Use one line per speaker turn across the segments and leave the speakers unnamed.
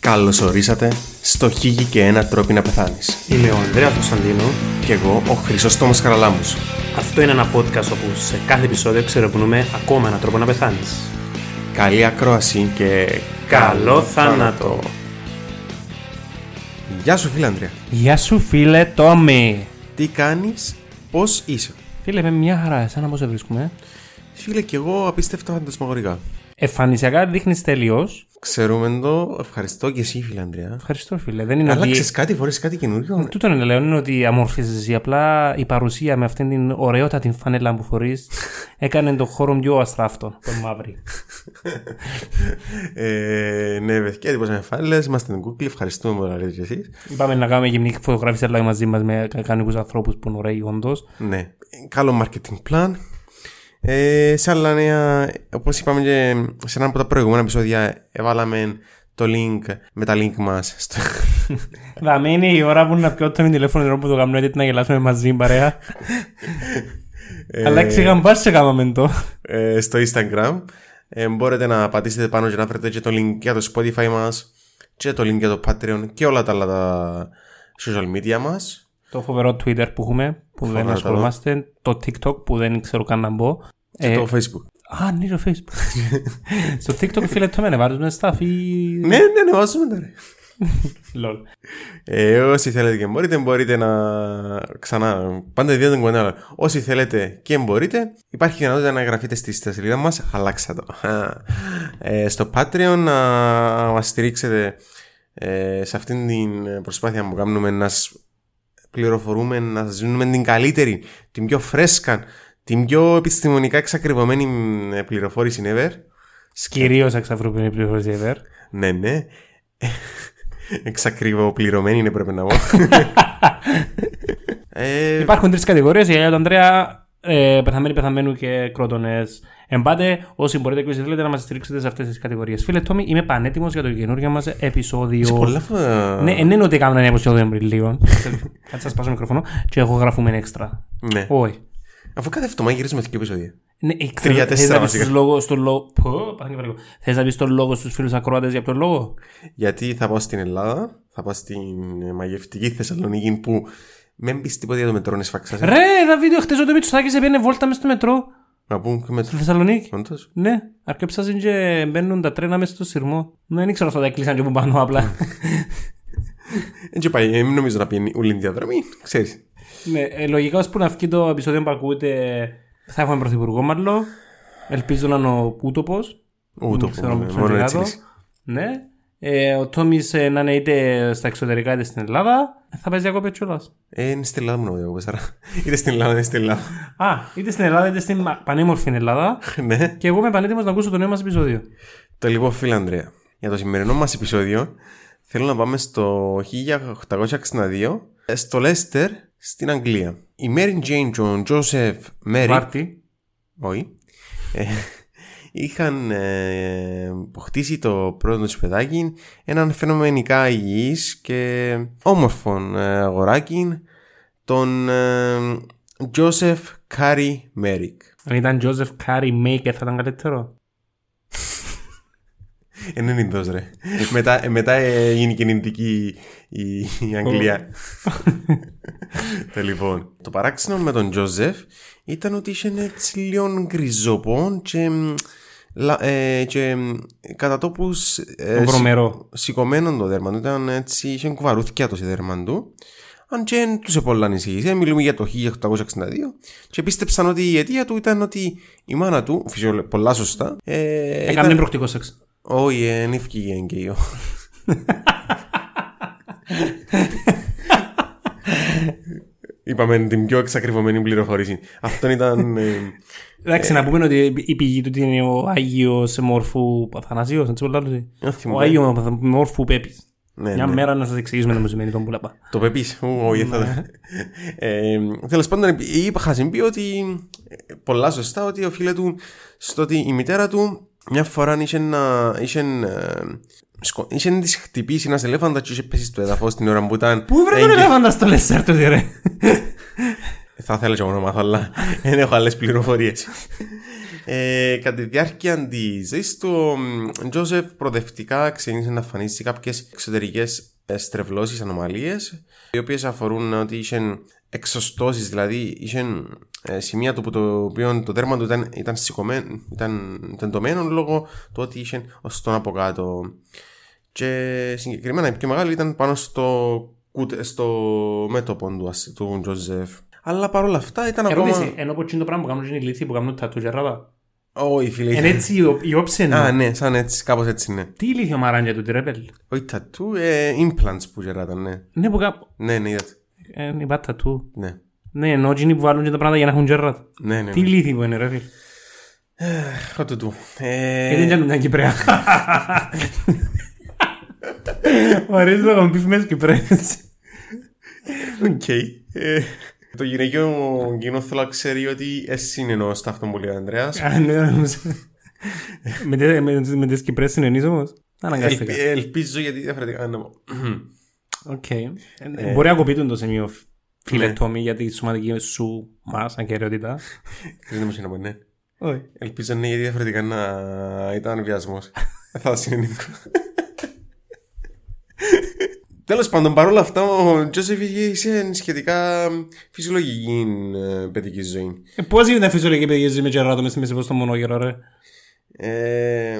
Καλώς ορίσατε στο Χίγη και ένα τρόπο να πεθάνεις.
Είμαι ο Ανδρέας Κωνσταντίνο.
Κι εγώ ο Χρυσόστομος Χαραλάμπους.
Αυτό είναι ένα podcast όπου σε κάθε επεισόδιο ξερευνούμε ακόμα έναν τρόπο να πεθάνεις.
Καλή ακρόαση και...
Καλό θάνατο.
Γεια σου φίλε Ανδρέα.
Γεια σου φίλε Τόμι.
Τι κάνεις, πώς είσαι.
Φίλε με μια χαρά, εσένα πώς σε βρίσκουμε.
Φίλε κι εγώ απίστευτα φαντασμαγορικά.
Εμφανισιακά δείχνεις τελείως.
Ξέρουμε το, ευχαριστώ και εσύ φίλε Ανδρέα.
Ευχαριστώ φίλε. Δεν είναι ότι...
Άλλαξες κάτι, φορές κάτι καινούριο.
Τούτο είναι λέω, είναι ότι αμορφίζεσαι εσύ. Απλά η παρουσία με αυτήν την ωραιότατη φανέλα που φορείς έκανε τον χώρο πιο αστράφτον, τον μαύρη.
Ε, ναι, βεθιά, τίποτα με φάλες, είμαστε την Google, ευχαριστούμε που λέτε κι εσείς.
Είπαμε να κάνουμε γυμνή φωτογράφηση αλλά μαζί μας με κανονικούς ανθρώπους που είναι ωραίοι όντως.
Ναι, καλό marketing plan. Ε, σε άλλα νέα, όπως είπαμε και σε ένα από τα προηγούμενα επεισόδια, έβαλαμε το link με τα link μας. Στο...
Θα μείνει η ώρα που να πιω το τηλέφωνο ενώ που το κάνουμε γιατί να γελάσουμε μαζί παρέα. Αλλά ξεγαν πας σε κάμαμε το.
ε, στο Instagram. Ε, μπορείτε να πατήσετε πάνω και να βρείτε και το link για το Spotify μας και το link για το Patreon και όλα τα άλλα τα social media μας.
Το φοβερό Twitter που έχουμε που δεν
Φοβερό.
ασχολούμαστε. Το TikTok που δεν ξέρω καν να μπω.
Και
Ε,
το Facebook.
Α, ναι, το Facebook. Στο TikTok φίλε το μένα, βάζουμε staff ή...
Ναι, ναι, ναι, βάζουμε τώρα.
Λολ.
Ε, όσοι θέλετε και μπορείτε, μπορείτε να. Ξανά, πάντα δύο τον κοντά. Όσοι θέλετε και μπορείτε, υπάρχει δυνατότητα να γραφείτε στη στη σελίδα μας. Αλλάξα το. Α. Ε, στο Patreon να μας στηρίξετε ε, σε αυτήν την προσπάθεια που κάνουμε να σα πληροφορούμε, να σα δίνουμε την καλύτερη, την πιο φρέσκα, την πιο επιστημονικά εξακριβωμένη ε, πληροφόρηση ever.
Κυρίως εξαφρούπινη πληροφορία ever.
Ναι, ναι. Εξακριβοπληρωμένη είναι πρέπει να πω. ε,
Υπάρχουν τρεις κατηγορίες, η Γιάννη Αντρέα, ε, πεθαμένοι, πεθαμένου και κρότονες. Εμπάτε, όσοι μπορείτε και όσοι θέλετε να μας στηρίξετε σε αυτές τις κατηγορίες. Φίλε Τόμι, είμαι πανέτοιμος για το καινούργιο μας επεισόδιο.
σε πολλά φα-
Ναι, δεν είναι ότι έκανα ένα επεισόδιο Απριλίων. Κάτσε να σπάσω μικρόφωνο και εγώ γράφουμε έξτρα.
Ναι.
Όχι.
Αφού κάθε εβδομάδα γυρίζουμε και επεισόδια.
Ναι,
Τρία,
θες
τέσσερα
να πεις
βασικά.
τον λόγο στον λόγο. Πω, πάθαμε και παραλίγο. Θες να πεις τον λόγο στους φίλους ακροάτες για τον λόγο.
Γιατί θα πάω στην Ελλάδα, θα πάω στην ε, μαγευτική Θεσσαλονίκη που μην πεις τίποτα για το μετρό, είναι σφαξά.
Ρε, ένα βίντεο χτες ότι ο Μητσοτάκης έπαιρνε βόλτα μες στο μετρό.
Να πούμε και
Στη
μετρό.
Θεσσαλονίκη.
Όντως.
Ναι, αρκέψαζαν και μπαίνουν τα τρένα μέσα στο σειρμό. Ναι, δεν ήξερα αυτά τα έκλεισαν και που πάνω απλά.
Δεν και πάει, ε, μην νομίζω να πηγαίνει όλη η διαδρομή, ξέρεις.
ναι, ε, λογικά ώσπου να βγει το επεισόδιο που ακούτε θα έχουμε πρωθυπουργό μάλλον. Ελπίζω να είναι ο Ούτοπος.
Ούτω που,
Δεν ξέρω
ναι,
πώς
μόνο
είναι
έτσι.
το.
λύση.
Ναι. Ε, ο Τόμις να είναι είτε στα εξωτερικά είτε στην Ελλάδα. Θα παίζει διακοπέ κιόλας.
Ε, είναι στην Ελλάδα μου νομίζω, πέσαρα. Είτε στην Ελλάδα, είτε στην Ελλάδα.
Α, είτε στην Ελλάδα είτε στην μα- πανέμορφη Ελλάδα.
Ναι.
Και εγώ είμαι πανέτοιμος να ακούσω το νέο μας επεισόδιο.
Το λοιπόν, φίλε Ανδρέα, για το σημερινό μας επεισόδιο θέλω να πάμε στο 1862 ε, στο Λέστερ στην Αγγλία. Η Mary Jane και ο Joseph Merrick
Πάρτι.
όχι, ε, είχαν ε, χτίσει το πρώτο τους παιδάκι έναν φαινομενικά υγιής και όμορφον ε, αγοράκι τον ε, Joseph Carey Merrick.
Αν ήταν Joseph Carey Maker θα ήταν καλύτερο.
Ε, Είναι Ινδός ρε. μετά ε, μετά ε, έγινε και νηντική η, η Αγγλία. ε, λοιπόν, το παράξενο με τον Τζόζεφ ήταν ότι είχε ένα έτσι λίγο γκριζοπό και, μ, λα- ε, και μ, κατά τόπους ε, σι-
Βρωμερό.
σηκωμένο το δέρμα του. Ήταν έτσι, είχε κουβαρούθκια το δέρμα του. Αν και δεν του πολλά ανησυχήσει, ε, μιλούμε για το 1862 και πίστεψαν ότι η αιτία του ήταν ότι η μάνα του, φυσιολο- πολλά σωστά, ε,
Έκανε προκτικό σεξ.
όχι, ε, δεν ευκήγε εγκαίο. Είπαμε την πιο εξακριβωμένη πληροφορήση. Αυτό ήταν. ε,
Εντάξει, να πούμε ότι η πηγή του είναι ο Άγιος Μόρφου Αθανασίος, έτσι πολλά λέει.
δεν θυμούμαι.
Ο Άγιο Μόρφου Πέπης.
Ε, Ναι,
Μια
ναι.
μέρα να σας εξηγήσουμε να μου σημαίνει τον πουλαπά.
Το πεπεί. Όχι,
Ναι.
θα. Τέλος πάντων, επί- είπα, είχα πει ότι ε, πολλά σωστά ότι οφείλεται του στο ότι η μητέρα του μια φορά είχε να. είχε, ε, σκο- είχε να της χτυπήσει ένας ελέφαντας και είχε πέσει στο έδαφος την ώρα που ήταν.
Πού βρε τον
έγκυος.
ελέφαντα στο Λεσσέρ του, ρε.
Θα ήθελα και εγώ να μάθω, αλλά δεν έχω άλλες πληροφορίες. Ε, κατά τη διάρκεια της ζωής του, ο Τζόσεφ προοδευτικά ξεκίνησε να εμφανίσει ε, κάποιες εξωτερικές στρεβλώσεις, ανομαλίες, οι οποίες αφορούν ότι είχε εξωστώσεις, δηλαδή είχε ε, σημεία του που το οποίο το τέρμα του ήταν, ήταν σηκωμένο, ήταν τεντωμένο λόγω του ότι είχε ο στόν από κάτω. Και συγκεκριμένα η πιο μεγάλη ήταν πάνω στο, κουτε- στο μέτωπο του, ασ- του Τζοζεφ. Αλλά παρόλα αυτά ήταν
Ερώτηση,
ακόμα.
ενώ πως είναι το πράγμα που κάνουν είναι οι λύθοι που κάνουν τα του γεράπα.
Όχι, φίλε.
Είναι έτσι η ο- η όψη
Ε, Α,
είναι.
ναι, σαν έτσι, κάπως έτσι ναι. είναι.
Τι λύθιο μαράνια του τρέπελ.
Όχι tattoo, ε, implants που γεράταν, ναι.
Ναι που κάπου.
Ναι, ναι, είδατε.
Ε, Είναι η πάτα του.
Ναι.
Ναι, ενώ εκείνοι που βάλουν και τα πράγματα για να έχουν γεράπα.
Ναι, ναι.
Τι
ναι.
λύθη που είναι ρε φίλε.
Χωτού του.
Ε, δεν ήταν μια Κυπρέα. Μου αρέσει να κομπεί με Κυπρέες.
Οκ. Ε, Το γυναικείο κοινό θέλω να ξέρει ότι εσύ είναι εννοώ στα αυτό που λέει ο Ανδρέας.
Α, ναι, νόμιζα. Με τε- με- Με τις Κυπρέες συνενείς όμως. Αναγκάστηκα.
Ελπίζω γιατί διαφορετικά να πω.
Οκ. Ε, Μπορεί να κοπείτουν το σημείο, φίλε
ναι.
Τόμι, για τη σωματική σου μας ακαιρεότητα.
Δεν μου να πω, ναι.
Όχι.
Ελπίζω ναι, γιατί διαφορετικά να ήταν βιασμός. Θα συνεννοηθώ. Τέλος πάντων, παρόλα αυτά, ο Τζόσεφ είχε σε σχετικά φυσιολογική ε, παιδική ζωή.
Ε, Πώς είναι τα φυσιολογική παιδιά ζωή με γεράτο μες μέσα στο μονόγερο, ρε.
Ε,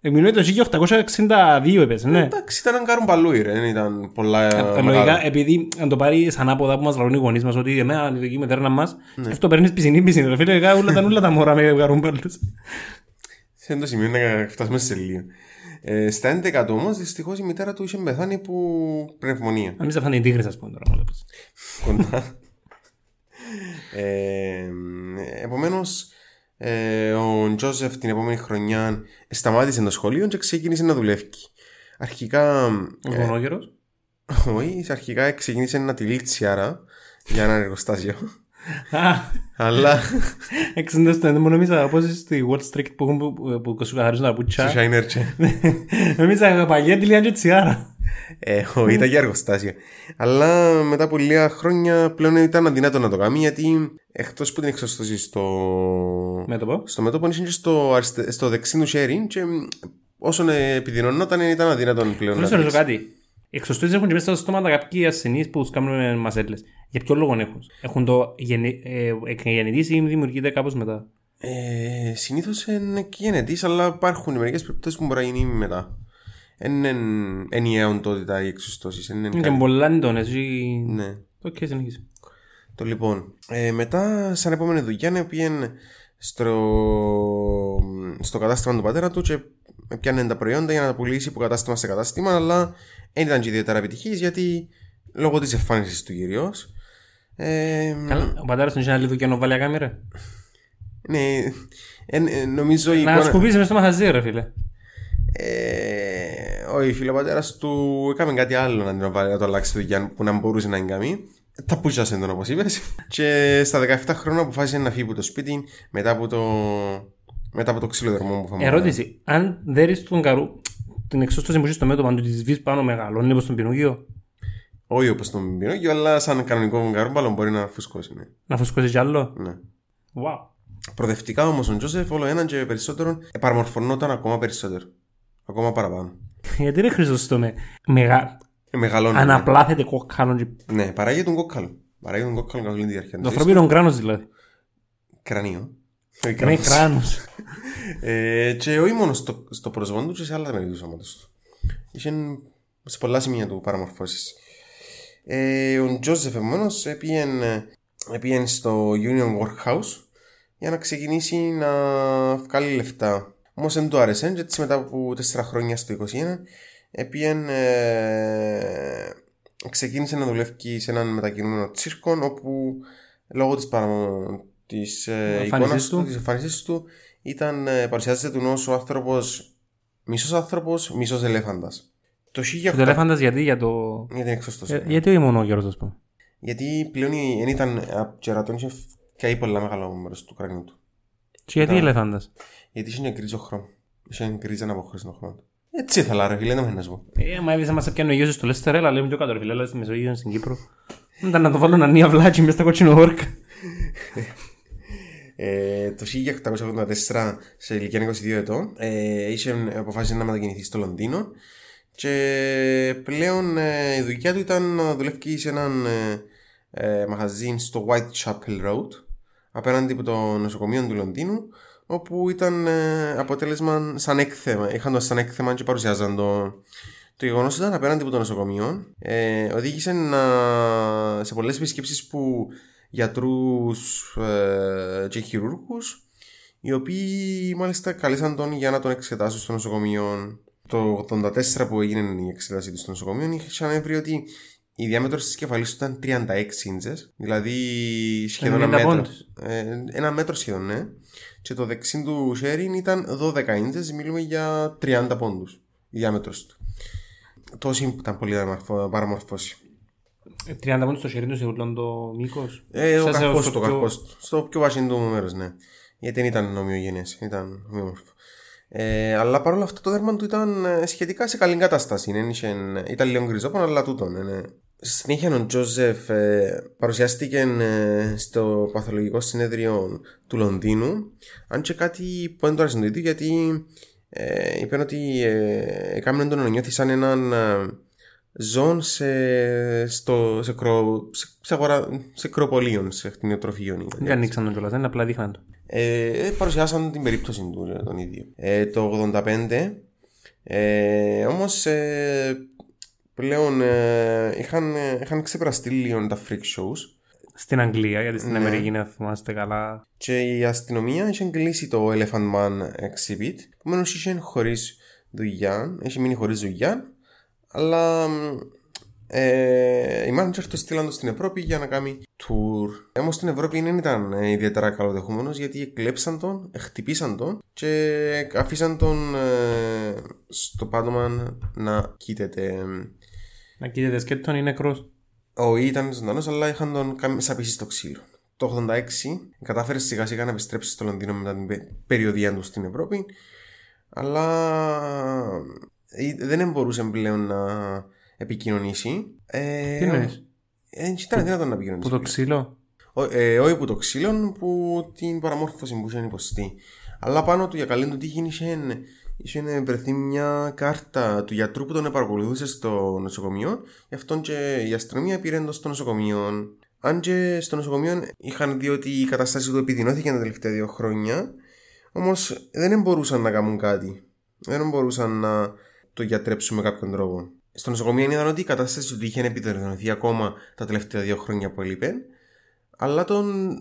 Εμεινούει το 1862 έπαιζε, ναι.
εντάξει, ήταν ένα καρουμπαλούι, ρε. Δεν ήταν πολλά. μεγάλα.
Ε, Λογικά, επειδή αν το πάρει σαν άποδα που μας λαλούν οι γονείς μας ότι εμένα η δική μητέρα μας, αυτό παίρνεις πισινή πισινή. Ρε φίλε, λογικά, όλα τα όλα τα μωρά με γαρούμπαλους.
Σε το σημείο να φτάσουμε σε λίγο. Ε, στα 11 του όμως, δυστυχώς η μητέρα του είχε πεθάνει από πνευμονία.
Αν είσαι φάνε οι τίγρες, ας πούμε τώρα. μάλλον.
κοντά. ε, Επομένως, ε, ο Τζόσεφ την επόμενη χρονιά σταμάτησε το σχολείο και ξεκίνησε να δουλεύει. Αρχικά,
Ο μονόγερος.
όχι, αρχικά ξεκίνησε να τυλίξει άρα για ένα εργοστάσιο.
Α,
Αλλά
Εξήντα στο έντομο νομίζα πως είσαι στη Wall Street που έχουν που- που σου καθαρίζουν τα
του
πουτσιά.
Shiner και-
Νομίζα παγιά τη λιάντια τσιάρα.
Ε, όχι, ήταν για εργοστάσιο. Αλλά μετά από λίγα χρόνια πλέον ήταν αδυνατό να το κάνει γιατί εκτός που την εξωστοσύνη στο,
Μέτωπο.
στο μέτωπο είναι και στο, αριστε... στο δεξί του χέρι και μ, όσον ε, επιδεινωνόταν ε, ήταν αδύνατον πλέον.
Θέλω να
να
σου ρωτήσω
δείξει.
κάτι. Εξωστούς έχουν και μέσα στο στόμα τα κάποιοι ασθενείς που τους κάνουν με μασέλες. Για ποιο λόγο έχουν. Έχουν το γενε- ε, εκγεννητήσει ή δημιουργείται κάπως μετά.
Ε, Συνήθως είναι και γενετής, αλλά υπάρχουν μερικές περιπτώσεις που μπορεί να γίνει μετά. Είναι ενιαίων τότε οι εξωστώσει.
Είναι και πολλά εντόνες.
Ναι.
Οκ, συνεχίζει.
Το λοιπόν. Ε, μετά, σαν επόμενη δουλειά, πήγαινε στο, στο κατάστημα του πατέρα του και πιάνε τα προϊόντα για να τα πουλήσει από κατάστημα σε κατάστημα, αλλά δεν ήταν και ιδιαίτερα επιτυχής γιατί λόγω της εμφάνισης του κυρίως. Ε,
Καλά, Ο πατέρας του είχε άλλη δουλειά να βάλει κάμερα.
ναι, εν- ε, νομίζω η
Να
εικόνα-
σκουπίσει μέσα στο μαχαζί, ρε φίλε.
Ε, όχι, φίλε, ο πατέρα του έκανε κάτι άλλο να, την βάλει- να το αλλάξει το δουλειά που να μπορούσε να κάνει. Ε, Τα πούτσασε τον, όπως είπες. Και στα 17 χρόνια αποφάσισε να φύγει από το σπίτι μετά από το, μετά από το ξυλοδερμό που φάμε.
Ερώτηση. Αν δέρεις τον καρού, την εξώσταση που έχεις στο μέτωπο, αν του τη σβείς πάνω μεγαλώνει όπως τον πινούγιο,
Όχι όπως τον Πινόκιο, αλλά σαν κανονικό βουγκαρούμπαλο μπορεί να φουσκώσει. Ναι.
να φουσκώσεις κι άλλο.
ναι.
Wow.
Προοδευτικά όμως ο Τζόσεφ όλο έναν και περισσότερο παραμορφωνόταν ακόμα περισσότερο. Ακόμα παραπάνω.
Γιατί ρε Χριστός με μεγα...
Ε, Μεγαλώνει.
αναπλάθεται κοκκάλων και
Ναι, παράγει τον κόκκαλο. Παράγει τον κόκκαλο καθ' όλη τη διάρκεια.
το
της ζωής.
ανθρώπινο κράνος
Ναι.
δηλαδή.
Κρανίο.
Ναι, κράνος.
Ε, και όχι μόνο στο, στο πρόσωπο του, και σε άλλα μέρη του σώματος του. Είχε σε πολλά σημεία του παραμορφώσεις. Ε, ο Τζόσεφ επομένως πήγαινε στο Union Workhouse για να ξεκινήσει να βγάλει λεφτά. Όμως δεν του άρεσε, και έτσι μετά από 4 χρόνια στο 21, επίεν, ε, ξεκίνησε να δουλεύει σε έναν μετακινούμενο τσίρκο όπου λόγω της, παραμο... της ε,
Εμφάνισης
εικόνας του,
του.
της εμφάνισης του ήταν, ε, παρουσιάζεται του ως ο άνθρωπος μισός άνθρωπος, μισός ελέφαντας. Το 1800...
Το ελέφαντας γιατί για το...
Για την εξωστοσύνη.
Ε, Γιατί ο μονόγερος ας πούμε.
Γιατί πλέον η- δεν ήταν από κερατών, είχε καεί πολλά μεγάλο μέρος του κρανίου του.
Και γιατί
Ναι.
ελέφαντας.
Γιατί είχε γκρίζο χρώμα. Είχε γκρίζα από χωρίς χρώμα. Έτσι ήθελα ρε φίλε, δεν μου να σου πω.
Ε, μα είδες άμα σε πιάνει ο γιος σου στο Λέστερ, έλα λέμε πιο κάτω ρε φίλε, έλα στη Μεσογείο στην Κύπρο. Ήταν να το βάλω να νύα βλάκι μες στα κότσινο όρκα.
Ε, το 1884, σε ηλικία 22 ετών, ε, είχε αποφάσισε να μετακινηθεί στο Λονδίνο και πλέον ε, η δουλειά του ήταν να δουλεύει σε έναν ε, ε, μαγαζί στο Whitechapel Road απέναντι από το νοσοκομείο του Λονδίνου όπου ήταν ε, αποτέλεσμα σαν έκθεμα. Είχαν το σαν έκθεμα και παρουσιάζαν το. Το γεγονός ήταν απέναντι από το νοσοκομείο. Ε, οδήγησε να... σε πολλές επισκέψεις που γιατρούς ε, και χειρούργους, οι οποίοι μάλιστα καλέσαν τον για να τον εξετάσουν στο νοσοκομείο. Το 84 που έγινε η εξετάσή του στο νοσοκομείο, είχαν βρει ότι η διάμετρος της κεφαλής του ήταν 36 ίντσες, δηλαδή σχεδόν ένα
90
μέτρο.
πόντους.
Ε, ένα μέτρο σχεδόν, ναι. Και το δεξί του χέρι ήταν 12 ίντσες, μιλούμε για 30 πόντους η διάμετρος του. Τόσο ήταν πολύ παραμορφω- παραμορφώσει.
30 μόνο στο χέρι του σε ουρλών το μήκος.
Ε, ο καρπό του, ο καρπός του. Στο πιο βασιλικό του μέρο, ναι. Γιατί δεν ήταν ομοιογενές, ήταν ομοιόμορφο. Ε, αλλά παρόλα αυτά το δέρμα του ήταν ε, σχετικά σε καλή κατάσταση. Ναι, είχε, ήταν λίγο γκριζόπον, αλλά τούτο. Ναι, ναι. Στη Συνέχεια ο Τζόζεφ ε, παρουσιάστηκε ε, στο παθολογικό συνέδριο του Λονδίνου. Αν και κάτι που δεν του άρεσε το ίδιο, γιατί ε, είπαν ότι ε, έκαναν τον να νιώθει σαν έναν ε, ζών σε, στο, σε, κρο, σε, σε, αγορά, σε κροπολίων, σε κτηνιοτροφίων. ήταν.
Δεν ανοίξαν τον κιόλας, δεν απλά δείχναν το.
Ε, ε, παρουσιάσαν την περίπτωση του ε, τον ίδιο. Ε, το 85 ε, όμως ε, πλέον ε, είχαν, ε, είχαν ξεπεραστεί λίγο τα freak shows
Στην Αγγλία, γιατί στην
Ναι.
Αμερική, να θυμάστε καλά.
και η αστυνομία είχε κλείσει το Elephant Man Exhibit επομένως είχε χωρίς δουλειά, είχε μείνει χωρίς δουλειά αλλά μ, ε, οι manager το στείλαν το στην Ευρώπη για να κάνει tour. Όμω στην Ευρώπη δεν ήταν ε, ιδιαίτερα καλοδεχούμενος γιατί εκλέψαν τον, ε, χτυπήσαν τον και αφήσαν τον ε, στο πάτωμα να κοίταται.
Να κοίτατε σκέτον είναι νεκρός.
Ο Ή ήταν ζωντανός, αλλά είχαν τον κάνει σαπίσει στο ξύλο. Το 86 κατάφερε σιγά σιγά να επιστρέψει στο Λονδίνο μετά την πε- περιοδία του στην Ευρώπη, αλλά ε, δεν μπορούσε πλέον να επικοινωνήσει. Ε,
Τι εννοείς,
ε, ήταν δυνατόν να
που
επικοινωνήσει.
το ξύλο.
Ο- ε, Όχι που το ξύλον, που την παραμόρφωση που είχε υποστεί. Αλλά πάνω του για καλή του τύχη είχε, είχε βρεθεί μια κάρτα του γιατρού που τον παρακολουθούσε στο νοσοκομείο, γι' αυτόν και η αστυνομία πήρε τον στο νοσοκομείο. Αν και στο νοσοκομείο είχαν δει ότι η κατάσταση του επιδεινώθηκε τα τελευταία δύο χρόνια, όμως δεν μπορούσαν να κάνουν κάτι. Δεν μπορούσαν να το γιατρέψουν με κάποιον τρόπο. Στο νοσοκομείο είδαν ότι η κατάσταση του είχε επιδεινωθεί ακόμα τα τελευταία δύο χρόνια που έλειπε, αλλά τον,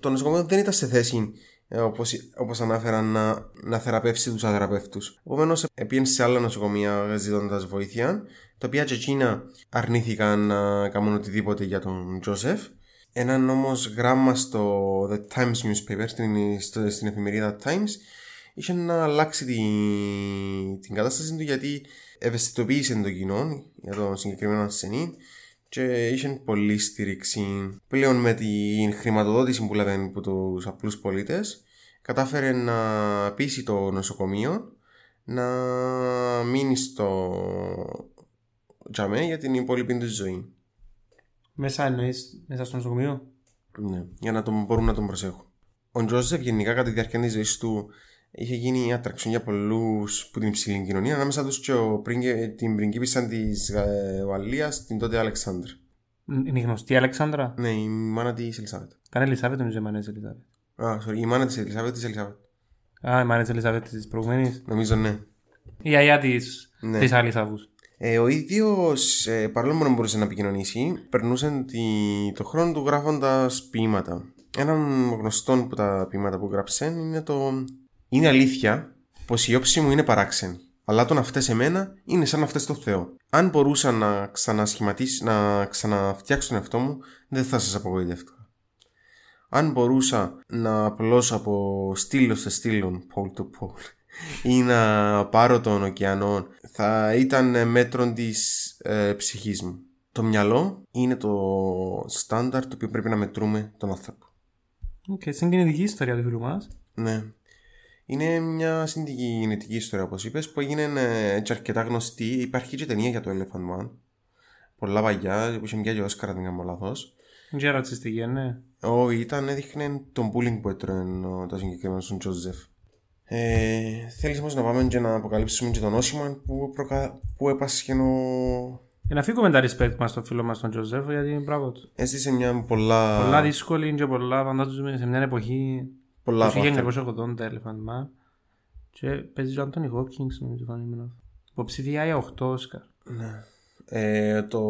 το νοσοκομείο δεν ήταν σε θέση ε, όπως, όπως ανάφερα να, να θεραπεύσει τους αγραπεύτους. Επομένως, επίεν σε άλλα νοσοκομεία ζητώντας βοήθεια, τα οποία και εκείνα αρνήθηκαν να κάνουν οτιδήποτε για τον Τζόσεφ. Έναν όμως γράμμα στο The Times Newspaper, στην, στο- στην εφημερίδα Times, είχε να αλλάξει τη, την κατάσταση του γιατί ευαισθητοποίησε τον κοινό για τον συγκεκριμένο ασθενή και είχε πολλή στήριξη. Πλέον με την χρηματοδότηση που λάβαινε από τους απλούς πολίτες, κατάφερε να πείσει το νοσοκομείο να μείνει στο τζαμέ για την υπόλοιπη τους ζωή.
Μέσα εννοείς, μέσα στο νοσοκομείο.
Ναι, για να τον, μπορούν να τον προσέχουν. Ο Τζόζεφ γενικά κατά τη διάρκεια της ζωής του είχε γίνει attraction για πολλούς που την ψηλή κοινωνία, ανάμεσα τους και ο πρίγκε- την πριγκίπισσα της Γαλλία, την τότε Αλεξάνδρ.
Είναι η γνωστή Αλεξάνδρα.
Ναι, η μάνα της Ελισάβετ.
Ήταν Ελισάβετ, νομίζω η μάνα της Ελισάβετ.
Α, sorry, η μάνα της Ελισάβετ της Ελισάβετ.
Α, η μάνα της Ελισάβετ της προηγούμενη.
Νομίζω ναι.
Η γιαγιά της
Ναι.
της Αλισάβου.
Ε, ο ίδιος, ε, παρόλο που δεν μπορούσε να επικοινωνήσει, περνούσε τη, το χρόνο του γράφοντας ποίηματα. Ένα γνωστό από τα ποίηματα που γράψε είναι το. Είναι αλήθεια πως η όψη μου είναι παράξενη. Αλλά το να φταίει εμένα είναι σαν να φταίει στο Θεό. Αν μπορούσα να ξανασχηματίσω, να ξαναφτιάξω τον εαυτό μου, δεν θα σας απογοητεύτηκα. Αν μπορούσα να απλώσω από στήλο σε στήλον, pole to pole, ή να πάρω των ωκεανών, θα ήταν μέτρον της ε, ψυχής μου. Το μυαλό είναι το στάνταρ το οποίο πρέπει να μετρούμε τον άνθρωπο.
Οκ, συγκινητική ιστορία του φίλου μας.
Ναι. Είναι μια συνδυγενετική ιστορίας, όπως είπες, που έγινε ε, και αρκετά γνωστή. Υπάρχει και ταινία για το Elephant Man. Πολλά παλιά, που είχε μια και ο Όσκαρα, δεν κάνω λάθος.
Δεν ξέρω ρατσιστική, ναι.
Όχι, ήταν έδειχνε τον bullying που έτρωγε ο- το συγκεκριμένο στον Τζοζεφ. Ε, θέλεις όμως να πάμε και να αποκαλύψουμε και τον νόσημα που, προκα... που έπασχε ο...
Ε, να φύγουμε τα respect μας στον φίλο μας τον Τζοζέφ, γιατί μπράβο του.
Έστησε μια πολλά...
Πολλά δύσκολη και πολλά φαντάζομαι σε μια εποχή
πολλά
το
από αυτά.
1980 Elephant Man και παίζει ο Άντωνι Χόπκινγκς νομίζω φανήμενο. Υποψηφία για 8 Όσκαρ.
Ναι. Ε, το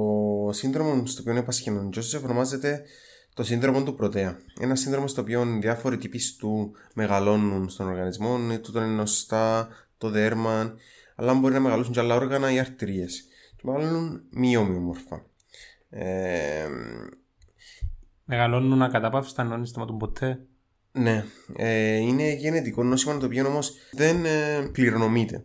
σύνδρομο στο οποίο έπασχε ο Τζόσεφ ονομάζεται το σύνδρομο του Πρωτέα. Ένα σύνδρομο στο οποίο διάφοροι τύποι του μεγαλώνουν στον οργανισμό, ε, τούτον είναι νοστά, το δέρμα, αλλά μπορεί να μεγαλώσουν και άλλα όργανα ή αρτηρίες. Και μεγαλώνουν μη ομοιόμορφα. Ε,
Μεγαλώνουν ακατάπαυστα, ενώ δεν σταματούν ποτέ.
ναι, ε, είναι γενετικό νόσημα το οποίο όμως δεν ε, κληρονομείται.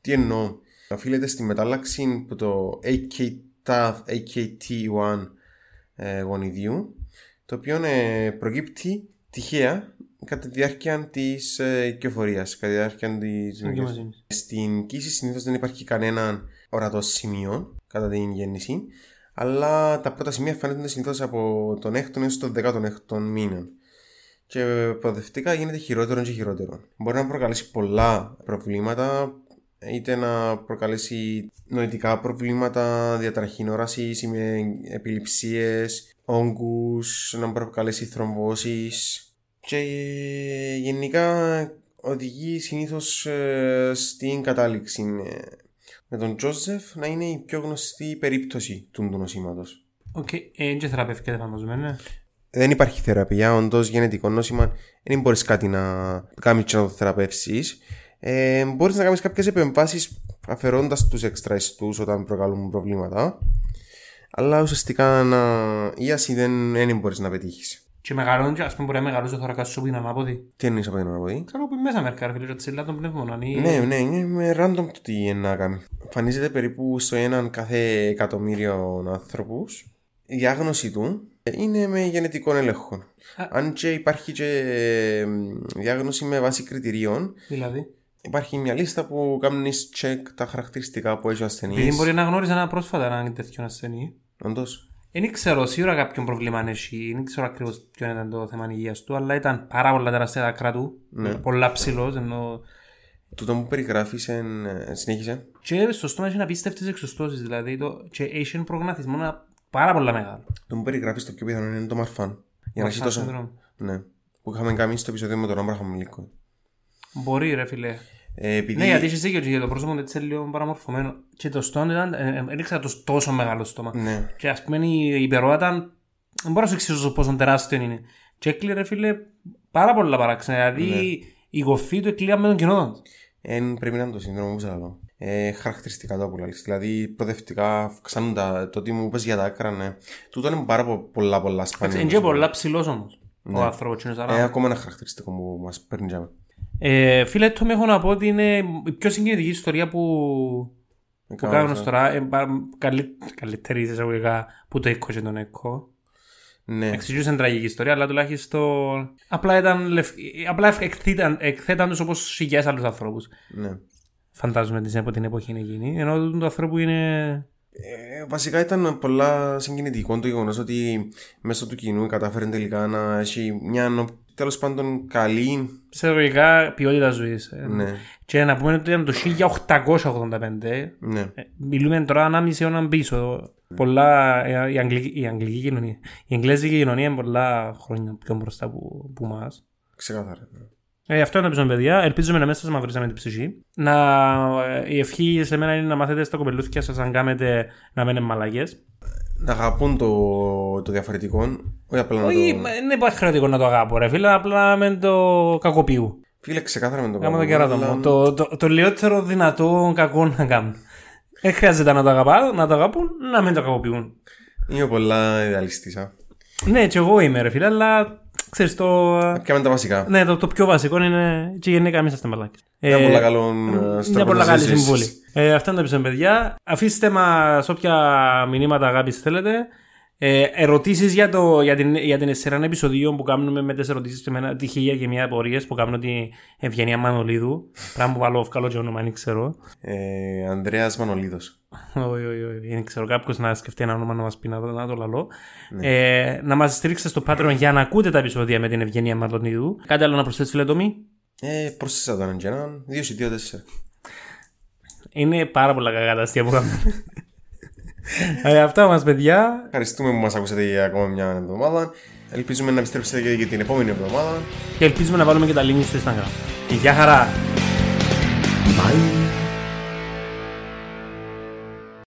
Τι εννοώ, οφείλεται στη μετάλλαξη που το AKTAF, AKT1 ε, γονιδιού, το οποίο ε, προκύπτει τυχαία κατά τη διάρκεια της ε, οικειοφορίας, κατά τη διάρκεια της δημιουργίας.
Δικαιοσύνη.
Στην κοίηση συνήθως δεν υπάρχει κανένα ορατό σημείο κατά την γέννηση, αλλά τα πρώτα σημεία εμφανίζονται συνήθως από τον 6ο έως τον 16ο μήνα. Και προοδευτικά γίνεται χειρότερο και χειρότερο. Μπορεί να προκαλέσει πολλά προβλήματα, είτε να προκαλέσει νοητικά προβλήματα, διαταραχή όραση, επιληψίες, όγκους, να προκαλέσει θρομβώσεις και γενικά οδηγεί συνήθως ε, στην κατάληξη ε, με τον Τζόζεφ να είναι η πιο γνωστή περίπτωση του του νοσήματος.
Οκ, ε, είναι και θεραπεύκεται φαντάζομαι, ναι.
Δεν υπάρχει θεραπεία, όντως γενετικό νόσημα δεν μπορείς κάτι να κάνεις και να το θεραπεύσεις. Ε, μπορείς να κάνεις κάποιες επεμβάσεις αφαιρώντας τους εξτραϊστού όταν προκαλούν προβλήματα. Αλλά ουσιαστικά να... ίαση δεν, δεν μπορείς να πετύχεις.
Και μεγαλώνουν και ας πούμε μπορεί να μεγαλώσει ο θωρακάς σου που είναι ανάποδη.
Τι εννοείς από την αναποδή.
Ξέρω που είναι μέσα μερικά ρε φίλε και τσιλά των πνευμών.
Ναι, ναι, είναι με random το τι είναι να κάνει. Εμφανίζεται περίπου στο έναν κάθε εκατομμύριο άνθρωπου. Η διάγνωση του είναι με γενετικό έλεγχο.
Α.
Αν και υπάρχει και εμ, διάγνωση με βάση κριτηρίων,
Δηλαδή.
Ναι. υπάρχει μια λίστα που κάνεις check τα χαρακτηριστικά που έχει ο ασθενής.
Επειδή μπορεί να γνώριζα ένα πρόσφατα έναν τέτοιον ασθενή.
Όντως.
Δεν ξέρω σίγουρα κάποιον πρόβλημα έχει, δεν ξέρω ακριβώ ποιο ήταν το θέμα υγείας του, αλλά ήταν πάρα πολλά τεράστια δάκρυα του.
Ναι.
Πολλά ψηλός, ενώ.
Τούτο που περιγράφεις, συνέχισε.
Και στο στόμα έχει απίστευτε εξωστώσεις, δηλαδή. Το... Και έχει προγνάθισμό ένα πάρα πολλά μεγάλο.
Το που περιγράφεις το πιο πιθανό είναι το Μαρφάν. Για να
Μαρφάν
έχει τόσο.
σύνδρομο.
Ναι. Που είχαμε κάνει στο επεισόδιο με τον Άμπραχαμ Λίκο.
Μπορεί, ρε φίλε.
Ε, επειδή...
Ναι, γιατί είσαι δίκιο και για το πρόσωπο έτσι λίγο παραμορφωμένο. Και το στόμα ήταν. ε, ε, Έριξα το τόσο μεγάλο στόμα.
Ναι.
Και ας πούμε η υπερόα ήταν. Δεν μπορώ να σου εξηγήσω πόσο τεράστιο είναι. Και έκλειε, ρε φίλε, πάρα πολλά παράξενα. Δηλαδή
Ναι.
η γοφή του εκλείαμε με τον κοινό. του.
Εν, πρέπει να είναι το σύνδρομο που ζαλώ. Ε, χαρακτηριστικά τα που λαλείς. Δηλαδή, προοδευτικά αυξάνουν τα, το τι μου είπες για τα άκρα, ναι. Τούτο είναι πάρα πο- πολλά πολλά σπάνια.
Εντάξει, Είναι και πολλά ψηλός όμως. Ο άνθρωπος είναι
Ε,
σαρά.
ακόμα ένα χαρακτηριστικό που μας παίρνει τζάμε.
Ε, φίλε, το έχω να πω ότι είναι η πιο συγκινητική ιστορία που που
Κάνω
κάνω τώρα. ε, πα- καλύ- Καλύτερη εισαγωγικά που το έκο και τον έκο.
Ναι.
Εξηγούσαν τραγική ιστορία, αλλά τουλάχιστον. Απλά ήταν. λευκ- ε, Απλά εκ- εκθήταν- εκθέταν τους όπως χιλιάδες άλλους ανθρώπους.
ναι.
Φαντάζομαι την από την εποχή είναι γίνει. Ενώ του ανθρώπου είναι.
Ε, βασικά ήταν πολλά συγκινητικό το γεγονός ότι μέσω του κοινού κατάφερε τελικά να έχει μια τέλος πάντων καλή.
Σε εισαγωγικά ποιότητα ζωής.
Ναι,
Και να πούμε ότι ήταν το 1885.
ναι.
Ε, Μιλούμε τώρα ανάμιση αιώνα πίσω. Πολλά, ε, η, αγγλική, η αγγλική κοινωνία. Η εγγλέζικη κοινωνία είναι πολλά χρόνια πιο μπροστά από, από εμά.
Ξεκάθαρα. ναι.
Ε, αυτό είναι το επεισόδιο, παιδιά. Ελπίζουμε να μην σας μαυρίσαμε την ψυχή. Να, ε, η ευχή σε μένα είναι να μάθετε στα κοπελούθια σας αν κάνετε να μένετε μαλαγέ.
Να αγαπούν το, το διαφορετικό. Όχι απλά να
Όχι,
το.
μα, δεν υπάρχει χρεωτικό να το αγάπω, ρε φίλε. Απλά να μην το κακοποιού.
Φίλε, ξεκάθαρα με το
Κάμε το
πράγμα,
κεράτο
αλλά-
μου. Το, το, το λιότερο δυνατό κακό να κάνουν. Δεν χρειάζεται να το αγαπά, να το αγαπούν, να μην το κακοποιούν.
Είμαι πολλά ιδεαλιστήσα.
Ναι, και εγώ είμαι ρε φίλε, αλλά ξέρεις το...
Πιάμε τα βασικά.
Ναι, το, το πιο βασικό είναι και γενικά μην είστε μαλάκες.
Μια
Ε,
πολλά καλό ε,
μια
στρόπο
πολλά
να
καλή
ζήσεις.
συμβούλη. Ε, αυτό είναι το επεισόδιο, παιδιά. Αφήστε μας όποια μηνύματα αγάπης θέλετε. Ε, ερωτήσεις για, το, για, την, για την σειρά επεισοδίων που κάνουμε με τις ερωτήσεις και με ένα τυχαία και μια απορίες που κάνω την Ευγενία Μανολίδου. Πράγμα που βάλω καλό και όνομα, δεν ξέρω.
Ε, Ανδρέας Μανολίδος.
Όχι, όχι, όχι. Δεν ξέρω κάποιος να σκεφτεί ένα όνομα να μας πει να, το- να το λαλώ. Ε, να μας στηρίξετε στο Patreon για να ακούτε τα επεισόδια με την Ευγενία Μαρδονίδου. Κάτι άλλο να προσθέσει, φίλε Τόμι.
Ε, πρόσθεσα τον Αντζενάν, 2 ή 2, 4.
Είναι πάρα πολλά κακά τα αστεία που κάνουμε. ε, αυτά μας, παιδιά.
Ευχαριστούμε που μας ακούσατε για ακόμα μια εβδομάδα. Ελπίζουμε να επιστρέψετε και για την επόμενη εβδομάδα.
Και ελπίζουμε να βάλουμε και τα link στο Instagram. Γεια χαρά!
Bye.